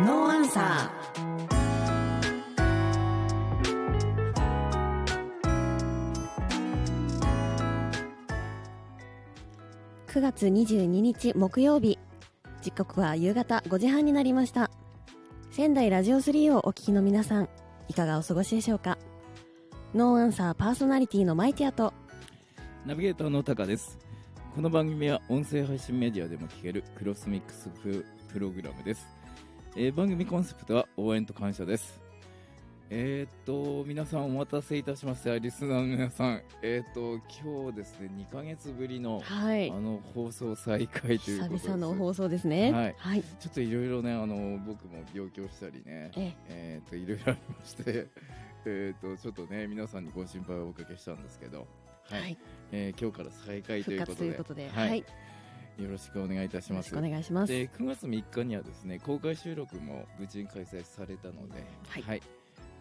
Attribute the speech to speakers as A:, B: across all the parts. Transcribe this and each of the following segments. A: ノーアンサー
B: 9月22日木曜日時刻は夕方5時半になりました仙台ラジオ3をお聞きの皆さんいかがお過ごしでしょうかノーアンサーパーソナリティのマイティアと
C: ナビゲーターのタカです。この番組は音声配信メディアでも聞けるクロスミックス風プログラムです。えー番組コンセプトは応援と感謝です。えー、っと、皆さんお待たせいたしました。リスナーの皆さん。えー、っと、今日ですね、2ヶ月ぶりの、
B: はい
C: あの、放送再開というこ
B: 久
C: とです。
B: 々の放送ですね
C: はい
B: はい、
C: ちょっといろいろね、あの、僕も病気をしたりね、
B: え
C: えー、といろいろありまして、 えー、とちょっとね皆さんにご心配をおかけしたんですけど、はい
B: はい
C: えー今日から再開とい
B: 復
C: うこ
B: 活と
C: とで
B: いうことで、は、
C: はいい
B: よ
C: よろしくお願いいたし
B: ろ
C: ま
B: し
C: す。
B: くお願いします。
C: で9月3日にはですね公開収録も無事に開催されたので、
B: はい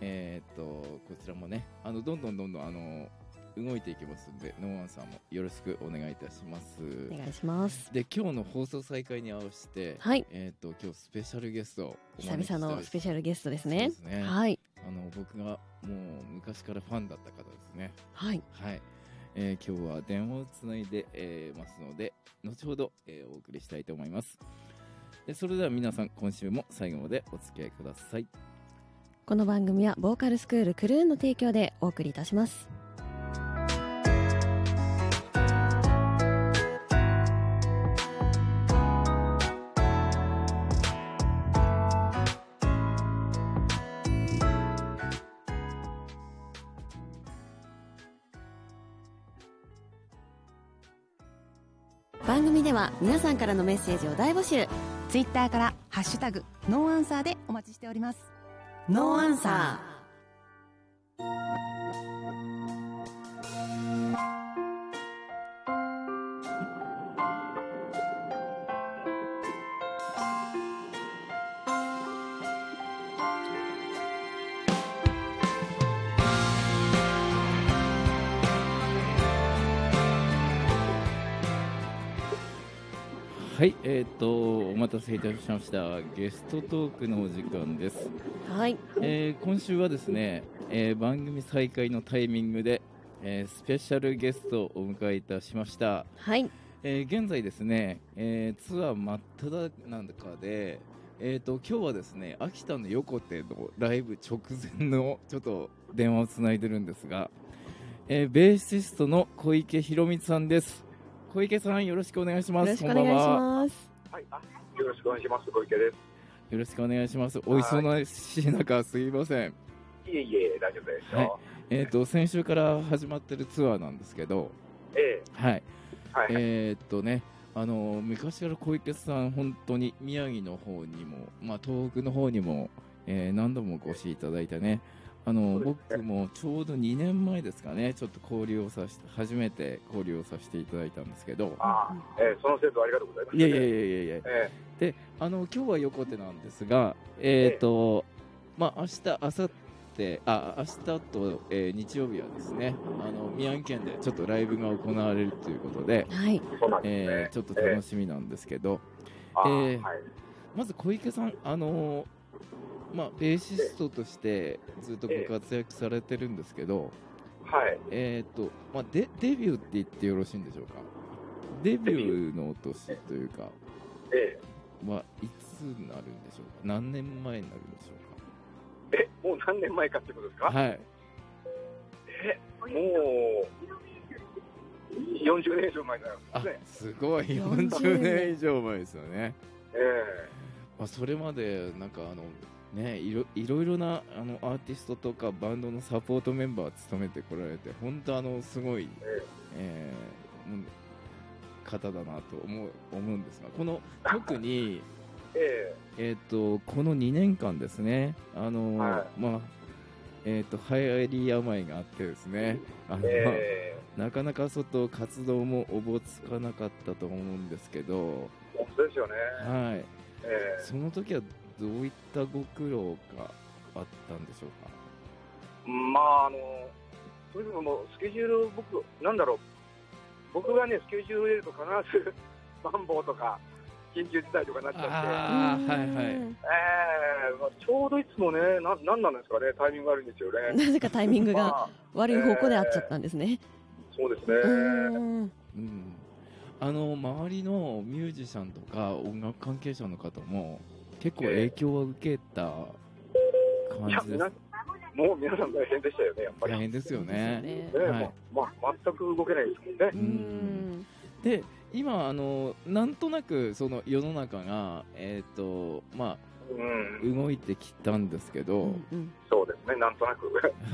C: えー、とこちらもねあのどんどんどんどんあの動いていきますのでノーアンさんもよろしくお願いいたします。
B: お願いします。
C: で今日の放送再開に合わせて、
B: はい
C: えー、と今日スペシャルゲストをお
B: 久
C: 招きしたい
B: 々のスペシャルゲストですね。
C: そうですね
B: はい、
C: あの僕がもう昔からファンだった方ですね。
B: はい、
C: はい。えー今日は電話をつないで、えーますので、後ほど、えーお送りしたいと思います。でそれでは皆さん、今週も最後までお付き合いください。
B: この番組はボーカルスクールクルーンの提供でお送りいたします。番組では皆さんからのメッセージを大募集
A: ツイッターからハッシュタグノーアンサーでお待ちしておりますノーアンサ
C: はい、えっ、と、お待たせいたしました。ゲストトークのお時間です。
B: はい
C: えー今週はですね、えー番組再開のタイミングで、えースペシャルゲストをお迎えいたしました。
B: はい
C: えー現在ですね、えーツアー真っ只中で、えー、と今日はですね秋田の横手のライブ直前のちょっと電話をつないでるんですが、えーベーシストの小池博光さんです小池さんよろしくお願いし
B: よ
C: ま
B: ろ
C: す
B: しくお願いし
C: こんばんは
B: ます
D: はい、あよろしくお願いします。小池で
C: よろしくお願いしますお忙しい中すいません
D: す。いえいえ、大丈夫ですよ。
C: はいえー、と先週から始まってるツアーなんですけど
D: え
C: はい
D: え、はい、
C: えーっとね、あの昔から小池さん、本当に宮城の方にも、まあ、東北の方にも、えー何度もお越しいただいてね、あの
D: そうですね
C: 僕もちょうど2年前ですかね、ちょっと交流をさし初めて交流をさせていただいたんですけど、
D: ああ、ええ、その節はありがとうございます。
C: いやいやいやいやいや、
D: え
C: であの今日は横手なんですが、えーっとまあ明日明後日あ明日と、えー日曜日はですねあの宮城県でちょっとライブが行われるということで、
B: はい
D: え、そうなんですね。
C: えーちょっと楽しみなんですけど、
D: ああ
C: ええ
D: はい、
C: まず小池さん、あのーまあ、ベーシストとしてずっとご活躍されてるんですけど、
D: はい、
C: えーとまあ、デデビューって言ってよろしいんでしょうか、デビューの年というか、
D: え
C: まあ、いつになるんでしょうか、何年前になるんでしょ
D: え、え、もう何年前かってことです
C: う
D: か。
C: か、はい、
D: もう。40年以上前になりま
C: あ
D: すね。
C: すごい、
B: 40
C: 40年以上前ですよね。
D: え
C: まあ、それまでなんかあのねいろいろいろなあのアーティストとかバンドのサポートメンバーを務めてこられて本当あのすごい、えーもう方だなと思う思うんですがこの特に
D: え、え
C: えっとこの2年間ですねあの、
D: は
C: まあえっと流行り病があってですねあの、
D: え、え
C: なかなか外活動もおぼつかなかったと思うんですけど、
D: え、本当ですよね。
C: はい、
D: ええ、
C: その時はどういったご苦労があったんでしょうか。
D: まあ、あの、とにかくもうスケジュールを 僕、なんだろう、僕がね、スケジュールを入れると必ず、マンボウとか、緊急事態とかになっちゃって、
C: ああ、はいは
B: う
C: い。
B: ん
D: えーまあ、ちょうどいつもね、ななんなんですかね、タイミング悪いんですよね。
B: なぜかタイミング が
D: まあ、
B: 悪い方向で合っちゃったんですね。
D: そうですね。
B: うーん
C: うん。あの、周りのミュージシャンとか音楽関係者の方も、結構影響を受けた
D: いや
C: 感、じで
D: 皆
C: す
D: さ。んもう皆さん大変でしたよね、やっぱ
C: 大
D: り。ね
C: 変ですよね。
B: そう
C: はい
D: まあまあ、全く動けないですけど
B: で
D: ね
B: すよねう
C: う
B: ー
C: ん
B: ん
C: で今あのなんとなくその世の中がえっ、とまあ。
D: うん、
C: 動いてきたんですけ
B: う
C: ど、
B: んうん
D: そうですね、なんとなく。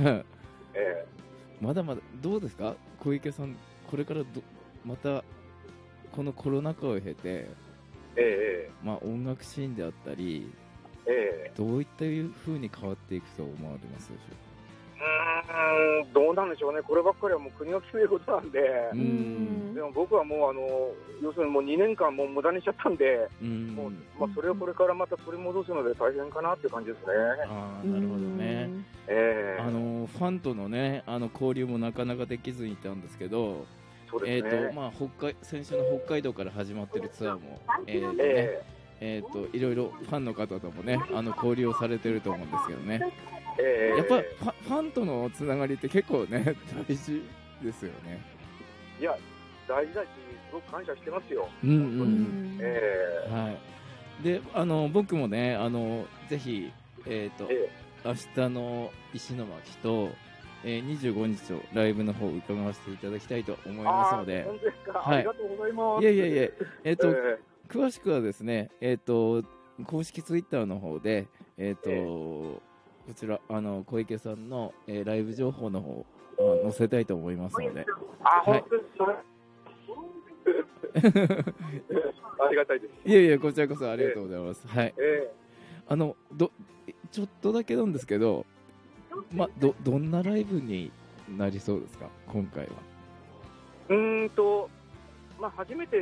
D: え
C: まだまだどうですか小池さんこれからどまたこのコロナ禍を経て
D: ええ
C: まあ音楽シーンであったり
D: えええ
C: どういったいう風に変わっていくと思われますでしょ
D: えうーん、どうなんでしょうね、こればっかりはもう国が決めることなんで、
C: う
B: う
C: か
B: ん
D: でも僕はもう、あの要するにもう2年間、もう無駄にしちゃったんで、
C: ううん
D: もうまあ、それをこれからまた取り戻すので大変かなって感じですね。
C: ああなるほどね
D: ええ
C: あのファンとのねあの交流もなかなかできずにいたんですけど
D: そう
C: え
D: で
C: っ、
D: すね。
C: とまあ北海先週の北海道から始まってるツアーもえっ、とね、
D: え
C: えっ、といろいろファンの方ともねあの交流をされてると思うんですけどね。
D: えええ
C: やっぱファファンとのつながりって結構ね 大事ですよね。
D: いや、大事だし、すごく感謝してますよ。
C: うん
B: う
C: うん
D: ええ
C: はい。であの僕もねあのぜひえっ、と
D: え
C: 明日の石巻と。えー、25日のライブの方を伺わせていただきたいと思いますので
D: あー、本当ですか、
C: はい
D: ありがとうございます。
C: いやいやいや、えっ、と、
D: え
C: 詳しくはですね、えっ、と、公式ツイッターの方で、えっ、と、
D: ええ
C: こちら、あの、小池さんの、えーライブ情報の方、あ載せたいと思いますので、
D: ーあ、本当にそれ、 ありがたいです。
C: いやいや、こちらこそありがとうございます。はい。
D: え
C: あの、ど、ちょっとだけなんですけど、ま、ど、どんなライブになりそうですか、今回は。
D: えうーんと、まあ、初めて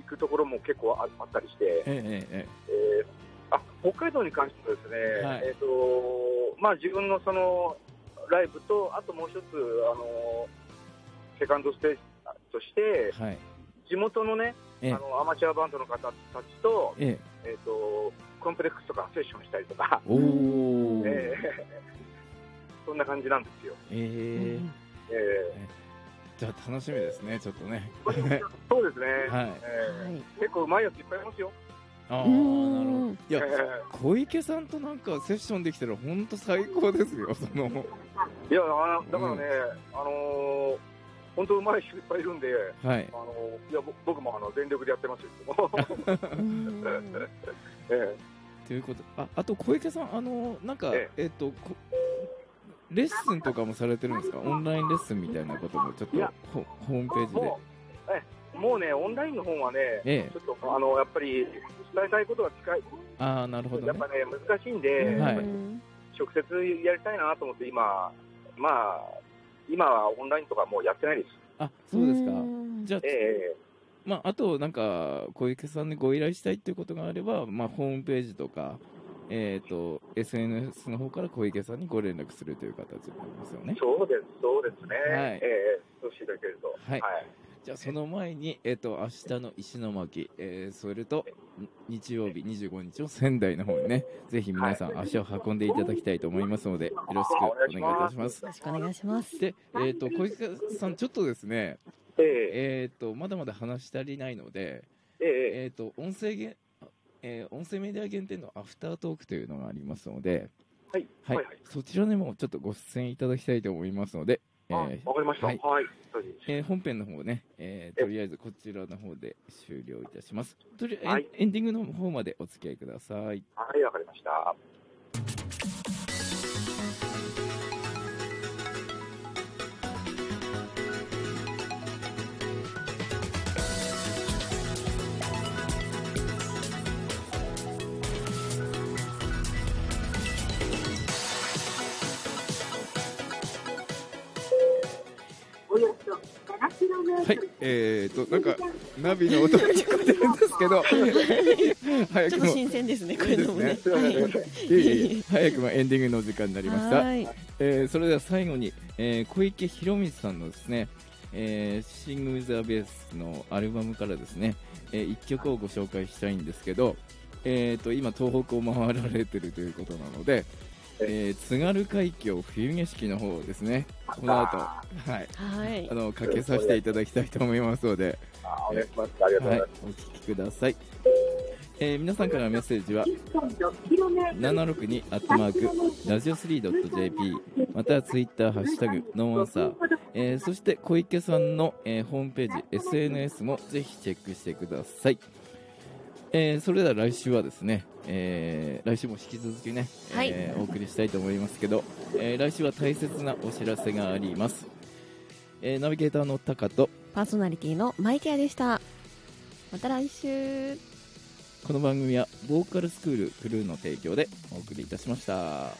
D: 行くところも結構ああったりして、
C: えええ
D: えーあ北海道に関してはですね、
C: はい
D: えっ、と、まあ、自分のそのライブと、あともう一つ、あの、セカンドステージとして、
C: えはい。
D: 地元のね、
C: ええ
D: あのアマチュアバンドの方たちと,、
C: ええ
D: えー、とコンプレックスとかセッションしたりとか、
C: おー。
D: えー そんな感じなんですよ。
C: ええ
D: え
C: じゃあ楽しみですね、ちょっとね。
D: ーそうですね、
C: はい。
D: え
B: はい
D: ー結構うまいやついっぱいいますよ。
C: ああ、な
B: う
C: る
B: ん
C: ほど。いや
D: え、
C: 小池さんとなんかセッションできたら本当最高ですよ。その
D: ーいやあだからね、あのー本当うまい人いっぱいいるんで、
C: はい
D: あ。のーいやぼ僕もあの全力でやってます よ。
B: うん
D: えー
C: ということああと小池さんあのなんかえ
D: え
C: っ、とこレッスンとかもされてるんですか？オンラインレッスンみたいなこともちょっと
D: いや
C: ほホームページで。
D: もうえーもうね、オンラインの方はね、
C: え
D: ちょっとあのやっぱり伝えたいことが近い、
C: え、ああなるほど
D: やっ
C: ね。
D: ぱね、難しいんで、
C: はい
B: うん
D: 直接やりたいなと思って今、まあ、今はオンラインとかもうやってないです。
C: あそうですか
B: う。ん
C: じゃあ、
D: え
C: まああとなんか小池さんにご依頼したいっていうことがあればまあホームページとかえっ、と SNS の方から小池さんにご連絡するという形になりますよ
D: え
C: ね。
D: そうです、そうですね。
C: はい
D: ええそうしていただけると。
C: はいじゃあその前に、えっと明日の石巻、えーそれとに日曜日25日を仙台の方にねぜひ皆さん足を運んでいただきたいと思いますのでよろしくお願いいたします
B: よ。ろしくお願いします。
C: で、えっと小池さんちょっとですね、
D: ええ
C: えっとまだまだ話し足りないので、
D: ええ
C: えっと音声げえー音声メディア限定のアフタートークというのがありますので、
D: はい、
C: はい
D: はい、はい。
C: そちらにもちょっとご出演いただきたいと思いますので、え
D: あ
C: ー
D: わ、かりました。
C: は
D: はいい。
C: えー本編の方ね、えーとりあえずこちらの方で終了いたします。とりあえず、
D: はい
C: エンディングの方までお付き合いください。
D: はい、わかりました。
C: はい、えーと、なんか、ナビの音が聞こえてるんです けど、早
B: ちょっ
C: く
B: と
C: も、
B: 新鮮ですね、こ
C: いい
B: れ
C: で
B: ですもね
C: ね。
D: すいません、すいません。
C: いえいえ早くもエンディングの時間になりました。
B: はい
C: えーそれでは最後に、えー小池博光さんのですね、えー、シング・ウィザー・ベースのアルバムからですね、えー、1曲をご紹介したいんですけど、えー、と今、東北を回られてるということなので、えー、津軽海峡冬景色の方をですね、この後、はい、
B: はい
C: あ。のかけさせていただきたいと思いますので、
D: あお願いします。ありがとうご
C: は
D: ざ
C: いい
D: ます。、
C: お聞きください。えー皆さんからのメッセージは762アットマークラジオ 3.jp またはツイッターハッシュタグノーアンサー、えーそして小池さんの、えーホームページ SNS もぜひチェックしてください、えーそれでは来週はですね、えー来週も引き続きね、
B: はい
C: えーお送りしたいと思いますけど、えー来週は大切なお知らせがあります、えーナビゲーターのタカと
B: パーソナリティのマイケアでした。また来週。
C: この番組はボーカルスクールクルーの提供でお送りいたしました